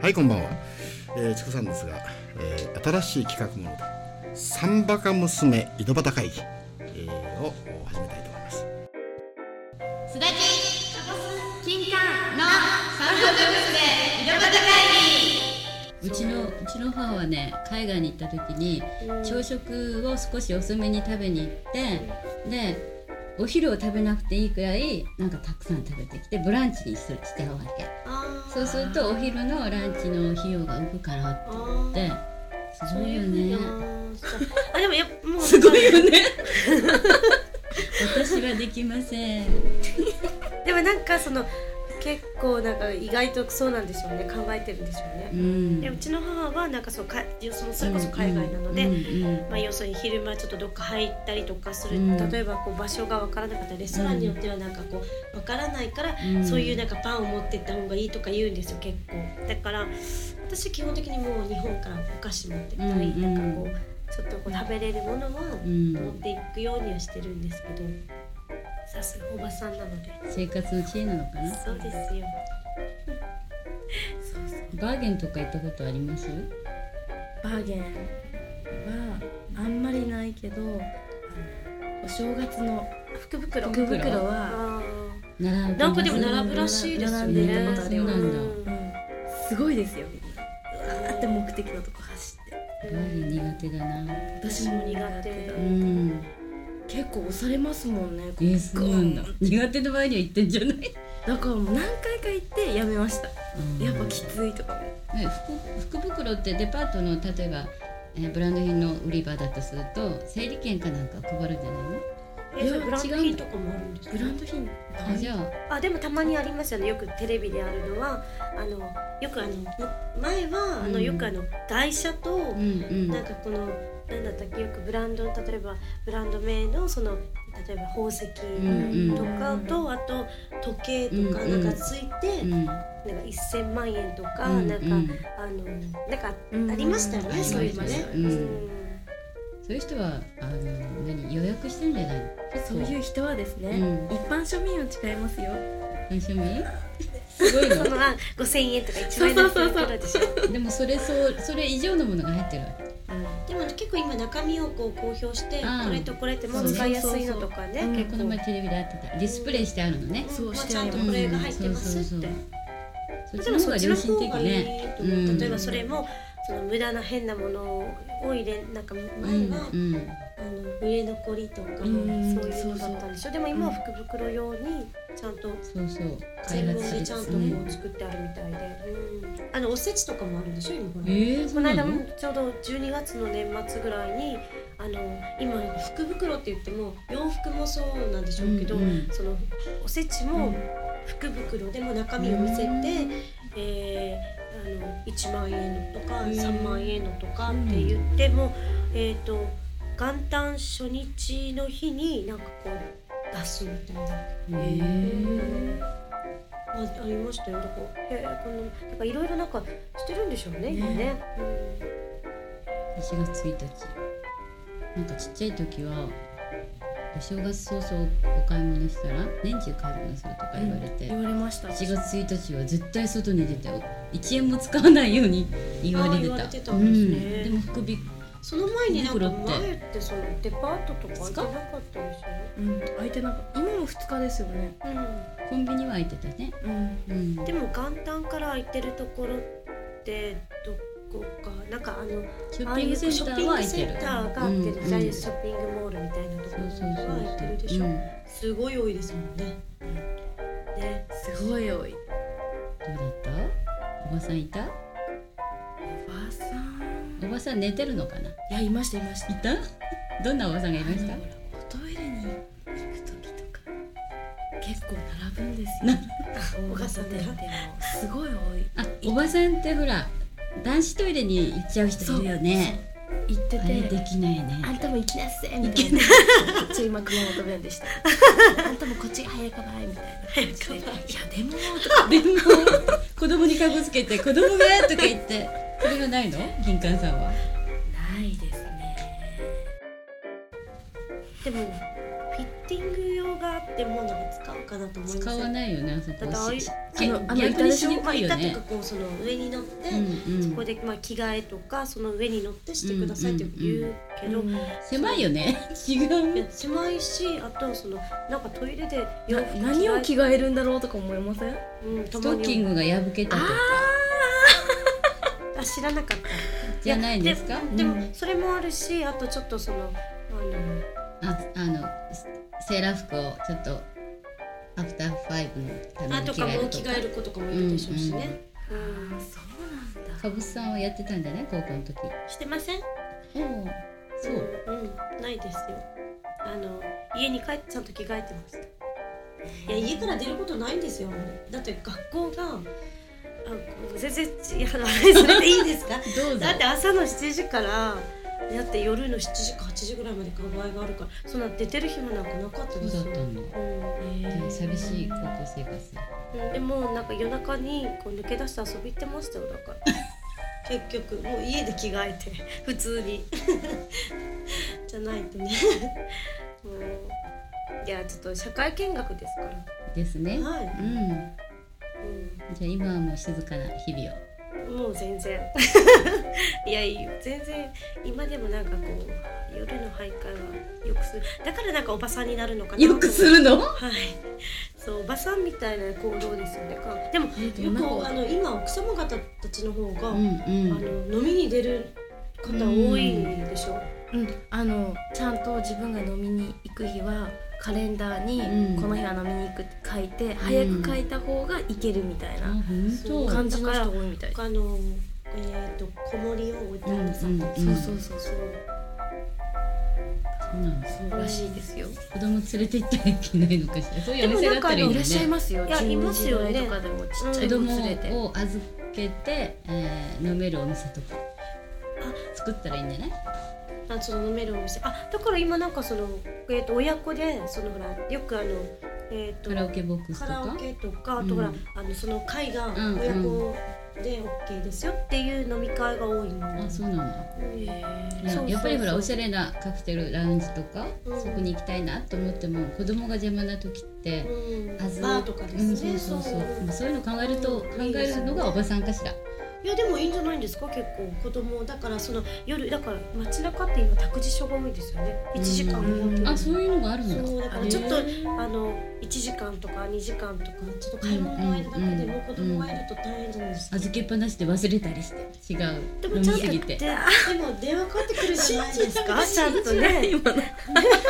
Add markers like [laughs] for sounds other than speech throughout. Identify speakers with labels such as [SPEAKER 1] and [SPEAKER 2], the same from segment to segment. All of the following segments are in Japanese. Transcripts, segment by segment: [SPEAKER 1] はいこんばんは、えー、チコさんですが、えー新しい企画もので「三バカ娘井戸端会議」えーを始めたいと思います
[SPEAKER 2] すだち金管の三色娘井戸端会議
[SPEAKER 3] うちのうちの母はね海外に行った時に朝食を少し遅めに食べに行ってでお昼を食べなくていいくらいなんかたくさん食べてきてブランチにししてゃうわけそうするとお昼のランチの費用が浮くからって言ってすごいよね
[SPEAKER 4] あでもやっもう
[SPEAKER 3] すごいよね私はできません
[SPEAKER 4] でもなんかその結構なんか意外とそうなんでしょうね考えてるんでしょう
[SPEAKER 3] う
[SPEAKER 4] ね、
[SPEAKER 3] ん
[SPEAKER 4] でうちの母はなんかそうかそのそれこそ海外なので、
[SPEAKER 3] うんうん
[SPEAKER 4] まあ、要するに昼間ちょっとどっか入ったりとかする、
[SPEAKER 3] うん
[SPEAKER 4] 例えばこう場所が分からなかったりレストランによってはなんかこう分からないから、
[SPEAKER 3] うん
[SPEAKER 4] そういうなんかパンを持ってった方がいいとか言うんですよ結構だから私基本的にもう日本からお菓子持ってったり、
[SPEAKER 3] うんうん
[SPEAKER 4] なんかこうちょっとこう食べれるものは
[SPEAKER 3] うん
[SPEAKER 4] 持っていくようにはしてるんですけどさすがおばさんなので
[SPEAKER 3] 生活の知恵なのかな
[SPEAKER 4] そうですよそうそう
[SPEAKER 3] バーゲンとか行ったことあります
[SPEAKER 5] バーゲンはあんまりないけどあのお正月の
[SPEAKER 4] 福袋
[SPEAKER 5] 福袋は、
[SPEAKER 4] あ
[SPEAKER 3] 並
[SPEAKER 4] ー
[SPEAKER 3] ぶ
[SPEAKER 4] なんかでも並ぶらしいですよ
[SPEAKER 5] 並んでる
[SPEAKER 4] ね
[SPEAKER 5] やつあるよ
[SPEAKER 3] ねそうなんだ
[SPEAKER 5] うん、すごいですよみんなうわーって目的のとこ走って
[SPEAKER 3] バーゲン苦手だな。
[SPEAKER 5] 私も苦手だ
[SPEAKER 3] うん。
[SPEAKER 5] 結構押されますもんね
[SPEAKER 3] えー、そうなんだ
[SPEAKER 5] ゴーン。
[SPEAKER 3] 苦手の場合には言ってんじゃない。
[SPEAKER 5] だからもう何回か行ってやめましたやっぱき
[SPEAKER 3] ね、
[SPEAKER 5] ついとかも
[SPEAKER 3] 福福袋ってデパートの例えば、えーブランド品の売り場だとすると整理券かなんか配るんじゃないの？
[SPEAKER 4] えそれ
[SPEAKER 5] いや
[SPEAKER 4] ブランド
[SPEAKER 3] 違う
[SPEAKER 4] 品
[SPEAKER 3] んだ
[SPEAKER 4] とかもあるんです
[SPEAKER 5] ブランド品
[SPEAKER 3] あじゃあ、
[SPEAKER 4] あでもたまにありますよねよくテレビであるのはあのよくあの前はあの、
[SPEAKER 3] うん
[SPEAKER 4] よくあの台車と、
[SPEAKER 3] うんうん。
[SPEAKER 4] なんかこのなんだったっけよくブランド例えばブランド名のその例えば宝石と
[SPEAKER 3] うんうん
[SPEAKER 4] かと、あと時計とか
[SPEAKER 3] う
[SPEAKER 4] なん
[SPEAKER 3] うん
[SPEAKER 4] んかついて、
[SPEAKER 3] うん
[SPEAKER 4] なんか1,000万円とか、
[SPEAKER 3] うん
[SPEAKER 4] なんか、
[SPEAKER 3] うん
[SPEAKER 4] あのなんか
[SPEAKER 5] うん
[SPEAKER 4] ありましたよ
[SPEAKER 3] う
[SPEAKER 4] ね、
[SPEAKER 3] ん
[SPEAKER 4] そういうの
[SPEAKER 5] あ。
[SPEAKER 3] りま
[SPEAKER 4] ね
[SPEAKER 3] した
[SPEAKER 4] うん
[SPEAKER 3] そういう人はあの何予約してんじゃないの？
[SPEAKER 5] そういう人はですね、
[SPEAKER 3] うん
[SPEAKER 5] 一般庶民は違いますよ
[SPEAKER 3] 何趣 [laughs] 味？すごい
[SPEAKER 4] そ
[SPEAKER 3] の。
[SPEAKER 4] のあ5,000円とか1万円だったらでしょ
[SPEAKER 3] でもそれそうそれ以上のものが入ってるわけ。
[SPEAKER 4] でも結構今中身をこう公表して、
[SPEAKER 3] うん
[SPEAKER 4] これとこれってもう使いやすいのとかね
[SPEAKER 5] そうそうそう
[SPEAKER 4] 結
[SPEAKER 3] こ
[SPEAKER 4] 構、
[SPEAKER 3] の前テレビであってたディスプレイしてあるのね。
[SPEAKER 5] そう
[SPEAKER 4] まあ
[SPEAKER 5] して
[SPEAKER 4] ちゃんとこれが入ってますって、
[SPEAKER 3] うんそうそ
[SPEAKER 4] で
[SPEAKER 3] う
[SPEAKER 4] も
[SPEAKER 3] そうそ
[SPEAKER 4] そ
[SPEAKER 3] っ
[SPEAKER 4] っ
[SPEAKER 3] ち
[SPEAKER 4] ち
[SPEAKER 3] の
[SPEAKER 4] の
[SPEAKER 3] 方が良心
[SPEAKER 4] 方
[SPEAKER 3] 的
[SPEAKER 4] がいい
[SPEAKER 3] ね
[SPEAKER 4] と思う、
[SPEAKER 3] うん
[SPEAKER 4] 例えばそれもその無駄な変なものを入れなんか前
[SPEAKER 3] う
[SPEAKER 4] は、
[SPEAKER 3] んうん
[SPEAKER 4] あの売れ残りとか、
[SPEAKER 5] ん
[SPEAKER 4] そういうのだったんでしょでも今は福袋用にちゃんと
[SPEAKER 3] そうそう開
[SPEAKER 4] 全部
[SPEAKER 3] 発し
[SPEAKER 4] でち
[SPEAKER 3] て
[SPEAKER 4] ゃんと
[SPEAKER 3] る
[SPEAKER 4] こう作ってあるみたいで、うんあのおせちとかもあるんでしょ今こ
[SPEAKER 3] え
[SPEAKER 4] れ。
[SPEAKER 3] ー、そ
[SPEAKER 4] こ
[SPEAKER 3] う
[SPEAKER 4] の
[SPEAKER 3] な
[SPEAKER 4] 間
[SPEAKER 3] の
[SPEAKER 4] もちょうど12月の年末ぐらいにあの今福袋って言っても洋服もそうなんでしょうけど、
[SPEAKER 3] うんうん
[SPEAKER 4] そのおせちも福袋でも中身を見せて、えーあの1万円のとか
[SPEAKER 3] うん
[SPEAKER 4] 3万円のとかって言っても、えっ、と元旦初日の日になんかこう出すみたいな。
[SPEAKER 3] えー
[SPEAKER 4] あありましたよ。だから、へえこの、なんかいろいろなんかしてるんでしょうね、今ね。うん
[SPEAKER 3] 1月1日なんかちっちゃい時はお正月早々お買い物したら年中買い物するとか言われて、
[SPEAKER 5] 言われました
[SPEAKER 3] 1月1日は絶対外に出て1円も使わないように言われて
[SPEAKER 4] あー言わ
[SPEAKER 3] た
[SPEAKER 4] れてたんですね
[SPEAKER 3] うん、でも福引
[SPEAKER 4] その前になんか
[SPEAKER 3] 袋って
[SPEAKER 4] 前ってそのデパートとか行かなかったでし
[SPEAKER 5] うん開いてなかった今も2日ですよね
[SPEAKER 4] ょ、
[SPEAKER 3] コンビニは開いてたね、
[SPEAKER 5] うん
[SPEAKER 3] うん、
[SPEAKER 4] でも元旦から空いてるところってどこかなんかあの
[SPEAKER 3] ショッ
[SPEAKER 4] ああ
[SPEAKER 3] ピ
[SPEAKER 4] い
[SPEAKER 3] ン
[SPEAKER 4] う
[SPEAKER 3] グ
[SPEAKER 4] シ
[SPEAKER 3] セン
[SPEAKER 4] ョ
[SPEAKER 3] タ
[SPEAKER 4] ッピ
[SPEAKER 3] ー
[SPEAKER 4] ン
[SPEAKER 3] は
[SPEAKER 4] グ
[SPEAKER 3] 開い
[SPEAKER 4] セ
[SPEAKER 3] て
[SPEAKER 4] ン
[SPEAKER 3] る
[SPEAKER 4] ターがあってる、
[SPEAKER 3] うん
[SPEAKER 4] ジャイアントショッピングモールみたいなとこ
[SPEAKER 3] そうそう
[SPEAKER 4] ろ
[SPEAKER 3] そ
[SPEAKER 4] が空いうてるで
[SPEAKER 3] そう
[SPEAKER 4] しょ、
[SPEAKER 3] うん
[SPEAKER 4] すごい多いですもんね。ね、
[SPEAKER 5] すごい多い
[SPEAKER 3] どうだったおばさんいた
[SPEAKER 5] おばさん
[SPEAKER 3] おばさん寝てるのかない
[SPEAKER 5] やいましたいました
[SPEAKER 3] いたどんなおばさんがいました
[SPEAKER 5] あのおトイレに行く時とか結構並ぶんですよ [laughs]
[SPEAKER 3] な
[SPEAKER 5] お
[SPEAKER 4] 母さんね
[SPEAKER 5] すごい
[SPEAKER 3] あおばさんってほら男子トイレに行っちゃう人いるよね
[SPEAKER 5] 多い行って
[SPEAKER 3] あれで
[SPEAKER 5] て
[SPEAKER 3] きないね
[SPEAKER 5] あんたも行きなさいみたいなちょ今熊本弁でした [laughs] あんたもこっちが早いかばいみたいな感じでいやでもとか
[SPEAKER 3] でも子供にかぶつけて子供がとか言ってそれがないの銀冠さんは
[SPEAKER 5] ないですね
[SPEAKER 4] でもフィッティング用用があってもなんか使うかなと思います
[SPEAKER 3] 使わないよねあそこ
[SPEAKER 4] だってああいう
[SPEAKER 3] し
[SPEAKER 5] あのあの
[SPEAKER 3] 逆にしに
[SPEAKER 4] まあ
[SPEAKER 3] くいよ
[SPEAKER 4] 板と
[SPEAKER 3] ね
[SPEAKER 4] かこうその上に乗って、
[SPEAKER 3] うんうん
[SPEAKER 4] そこでまあ着替えとかその上に乗ってしてくださいって言うけど、
[SPEAKER 3] 狭いよね違
[SPEAKER 4] いや
[SPEAKER 3] う
[SPEAKER 4] 狭いしあとそのなんかトイレで
[SPEAKER 5] いや何を着替えるんだろうとか思いません
[SPEAKER 4] うん、
[SPEAKER 3] ス
[SPEAKER 4] ス
[SPEAKER 3] トッキングが破けたとか
[SPEAKER 4] あ知らなかった
[SPEAKER 3] じゃないんですか
[SPEAKER 4] で
[SPEAKER 5] う
[SPEAKER 4] もそれもあるしあとちょっとそのあの
[SPEAKER 3] ああのセセーラー服をちょっとアフターファイブのため
[SPEAKER 4] あ
[SPEAKER 3] に
[SPEAKER 4] と
[SPEAKER 3] 着
[SPEAKER 4] か
[SPEAKER 3] 替え
[SPEAKER 4] も
[SPEAKER 3] ると
[SPEAKER 4] 着
[SPEAKER 3] か
[SPEAKER 4] 替える子とかもいるでしょうしね、うん
[SPEAKER 5] そうなん
[SPEAKER 3] かぶすさんはやってたんじゃない高校の時
[SPEAKER 4] してません
[SPEAKER 3] おおそう
[SPEAKER 4] うんないですよあの家に帰ってちゃんと着替えてましたいや家から出ることないんですよだって学校があ全然いやあのそれでいいんですか
[SPEAKER 3] どうぞ
[SPEAKER 4] だって朝の7時からだって夜の7時か8時ぐらいまで考えがあるからそんな出てる暇なんかなかった
[SPEAKER 3] そ
[SPEAKER 4] で
[SPEAKER 3] う
[SPEAKER 4] す
[SPEAKER 3] だ
[SPEAKER 4] よ
[SPEAKER 3] ったんだ
[SPEAKER 4] うん
[SPEAKER 3] でも寂しい高校生活
[SPEAKER 4] うんでもなんか夜中にこう抜け出して遊び行ってましたよだから
[SPEAKER 3] [laughs]
[SPEAKER 4] 結局もう家で着替えて普通に [laughs] じゃないとね [laughs] もういやちょっと社会見学ですから
[SPEAKER 3] ですね
[SPEAKER 4] はい
[SPEAKER 3] うんじゃあ今はもう静かな日々を
[SPEAKER 4] うん、もう全然 [laughs] いやいいよ全然今でもなんかこう夜の徘徊はよくするだからなんかおばさんになるのかな
[SPEAKER 3] よくするの
[SPEAKER 4] はいそうおばさんみたいな行動ですよねかでも
[SPEAKER 5] えどんな
[SPEAKER 4] よ
[SPEAKER 5] 行
[SPEAKER 4] く
[SPEAKER 5] 動
[SPEAKER 4] あの今奥様方たちの方が、
[SPEAKER 3] うんう
[SPEAKER 4] あ
[SPEAKER 3] ん
[SPEAKER 4] の飲みに出る方多いでしょ。
[SPEAKER 5] だうんあのちゃんと自分が飲みに行く日はカレンダーに
[SPEAKER 3] うん
[SPEAKER 5] この日は飲みに行くって書いて早く書いた方が行けるみたい
[SPEAKER 3] あ
[SPEAKER 5] な
[SPEAKER 3] 本
[SPEAKER 4] うん
[SPEAKER 3] 当
[SPEAKER 5] 感じの人多いみたい
[SPEAKER 4] あのえっ、と子守を置いたりさ、
[SPEAKER 3] うんうん
[SPEAKER 5] そうそうそう
[SPEAKER 4] そう
[SPEAKER 3] そうなの
[SPEAKER 5] そうらしいですよ
[SPEAKER 3] 子供連れて行ったらいけないのかしらそういうお店だったらいい
[SPEAKER 5] い
[SPEAKER 3] ん
[SPEAKER 5] らっしゃい
[SPEAKER 3] ね
[SPEAKER 5] ますよ
[SPEAKER 4] いやいますよね
[SPEAKER 5] 12時台とかでもちっちゃ
[SPEAKER 3] 子
[SPEAKER 5] い子連れて
[SPEAKER 3] 供を預けて、えー飲めるお店とか作ったらいいんじゃない
[SPEAKER 4] あその飲めるお店あだから今なんかそのえっ、と親子でそのほらよくあのえっ、と
[SPEAKER 3] カラオケボックス
[SPEAKER 4] カ
[SPEAKER 3] と
[SPEAKER 4] ラオ
[SPEAKER 3] か
[SPEAKER 4] ケとかあとほら、
[SPEAKER 3] うん
[SPEAKER 4] あのその会が
[SPEAKER 3] んうん
[SPEAKER 4] 親子で OK ですよっていう飲み会が多いの。
[SPEAKER 3] あそうなんだ
[SPEAKER 4] うん
[SPEAKER 3] いや
[SPEAKER 4] そうそうそう
[SPEAKER 3] やっぱりほらおしゃれなカクテルラウンジとか、
[SPEAKER 4] うん
[SPEAKER 3] そこに行きたいなと思っても子供が邪魔な時って、
[SPEAKER 4] うん
[SPEAKER 3] あず
[SPEAKER 4] バーとかですね。
[SPEAKER 3] うんそうそうそう
[SPEAKER 4] そう
[SPEAKER 3] まあそういうの考えると、考
[SPEAKER 4] いいで
[SPEAKER 3] え
[SPEAKER 4] すね
[SPEAKER 3] るのがおばさんかしら
[SPEAKER 4] いやでもいいんじゃないんですか結構子供だからその夜だから街中って今託児所が多いですよね1時間
[SPEAKER 5] うん
[SPEAKER 4] 本当に
[SPEAKER 3] あそういうのがあるんだ
[SPEAKER 4] そうだから
[SPEAKER 3] へー
[SPEAKER 4] ちょっとあの1時間とか2時間とかちょっと買い物の間だけでも子供がいると大変じゃないですか、
[SPEAKER 3] 預けっぱなしで忘れたりして違う
[SPEAKER 4] で
[SPEAKER 3] 飲
[SPEAKER 4] も
[SPEAKER 3] み
[SPEAKER 4] ちゃん
[SPEAKER 3] す
[SPEAKER 4] と
[SPEAKER 3] ぎ
[SPEAKER 4] で
[SPEAKER 3] て
[SPEAKER 4] でも電話かかってくるじゃないです [laughs] かちゃんとね
[SPEAKER 5] 今の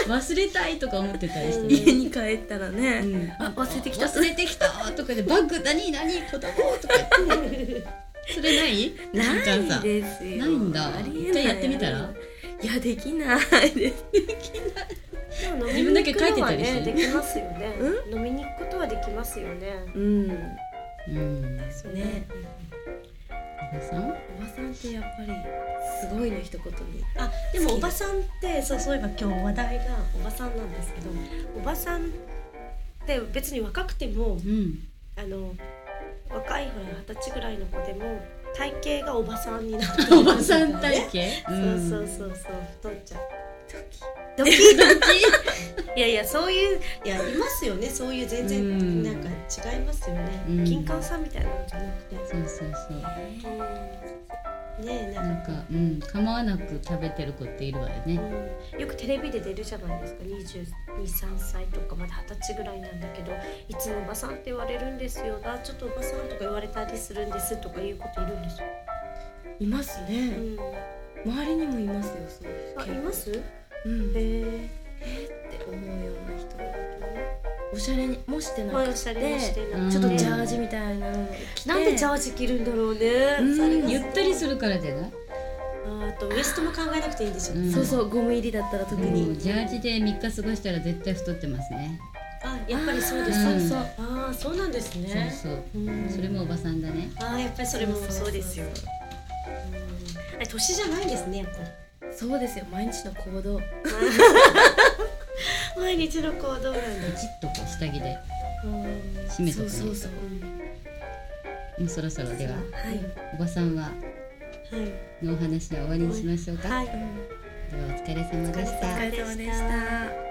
[SPEAKER 3] 忘れたいとか思ってたりしてね、
[SPEAKER 5] 家に帰ったらね、
[SPEAKER 3] うん
[SPEAKER 5] あ忘れてきた
[SPEAKER 3] 忘れてきたとかでバッグ何何子供とか言ってそれない新幹
[SPEAKER 5] ない
[SPEAKER 3] 線
[SPEAKER 5] ですよ
[SPEAKER 3] ないんだ
[SPEAKER 5] ありえ
[SPEAKER 3] 一
[SPEAKER 5] ない
[SPEAKER 3] 回やってみたら
[SPEAKER 5] いやできないです
[SPEAKER 4] 自
[SPEAKER 3] 分だけ書いてたりして
[SPEAKER 4] できますよね飲みに行くことはできますよね
[SPEAKER 5] うんね
[SPEAKER 3] うん
[SPEAKER 4] うん
[SPEAKER 3] おばさん
[SPEAKER 5] おばさんってやっぱりすごいの一言に
[SPEAKER 4] あでもおばさんってそうそういえば今日話題がおばさんなんですけどおばさんって別に若くても
[SPEAKER 3] うん
[SPEAKER 4] あの若いほら二十歳ぐらいの子でも体型がおばさんになる
[SPEAKER 3] [laughs] おばさん体
[SPEAKER 4] 型
[SPEAKER 3] 型
[SPEAKER 4] そうそう
[SPEAKER 3] う
[SPEAKER 4] そうそう太っちゃう
[SPEAKER 3] ドキドキ
[SPEAKER 4] いやいやそういういやいますよねそういう全
[SPEAKER 3] うん
[SPEAKER 4] 然なんか違いますよね、
[SPEAKER 3] うん
[SPEAKER 4] 金管さんみたいなのじゃなくて、
[SPEAKER 3] そうそうそう
[SPEAKER 4] ねえ
[SPEAKER 3] な
[SPEAKER 4] なん
[SPEAKER 3] ん
[SPEAKER 4] か
[SPEAKER 3] か、うん、構わなく食べてる子っているわよね。
[SPEAKER 4] うんよくテレビで出るじゃないですか223歳とかまだ二十歳ぐらいなんだけどいつもおばさんって言われるんですよあちょっとおばさんとか言われたりするんですとかいうこといるんですよ、
[SPEAKER 5] います
[SPEAKER 4] う
[SPEAKER 5] ね、
[SPEAKER 4] ん、
[SPEAKER 5] 周りにもいますよそういう人
[SPEAKER 4] あいますへ
[SPEAKER 5] うんって
[SPEAKER 4] え
[SPEAKER 5] 思うような人おしゃれにもしてな
[SPEAKER 4] まあ
[SPEAKER 5] く
[SPEAKER 4] おしゃれもしてな
[SPEAKER 3] うん
[SPEAKER 4] く
[SPEAKER 5] ちょっと
[SPEAKER 4] て
[SPEAKER 5] ジャージみたいなの着て
[SPEAKER 4] なんでジャージ着るんだろうね、
[SPEAKER 5] うん
[SPEAKER 4] それが
[SPEAKER 3] ゆったりするからじゃない。
[SPEAKER 4] ああとウエストも考えなくていいんでしょ、
[SPEAKER 3] うん
[SPEAKER 5] そうそうゴム入りだったら特に、
[SPEAKER 3] もうジャージで三日過ごしたら絶対太ってますね。
[SPEAKER 4] あやっぱりそうです
[SPEAKER 3] あー
[SPEAKER 4] そうそうああそうなんです
[SPEAKER 3] そ
[SPEAKER 4] ね
[SPEAKER 3] う
[SPEAKER 4] うん
[SPEAKER 3] そう。それもおばさんだね。
[SPEAKER 4] ああやっぱりそれもそうですよ
[SPEAKER 5] そうそう
[SPEAKER 4] うんあ年じゃないんですねやっぱり
[SPEAKER 5] そうそうですよ毎日の行動
[SPEAKER 4] 毎日の行動なんだ
[SPEAKER 3] ポチッとこう下着で締めと
[SPEAKER 5] そ
[SPEAKER 3] く
[SPEAKER 5] うそ
[SPEAKER 3] ね。
[SPEAKER 5] うそう
[SPEAKER 3] もうそろそろでは
[SPEAKER 4] はい
[SPEAKER 3] おばさんはのお話は終わりにしましょうか。
[SPEAKER 4] はい、はい
[SPEAKER 3] ではお疲れ様でし
[SPEAKER 5] お
[SPEAKER 3] た。
[SPEAKER 5] 疲れ様でした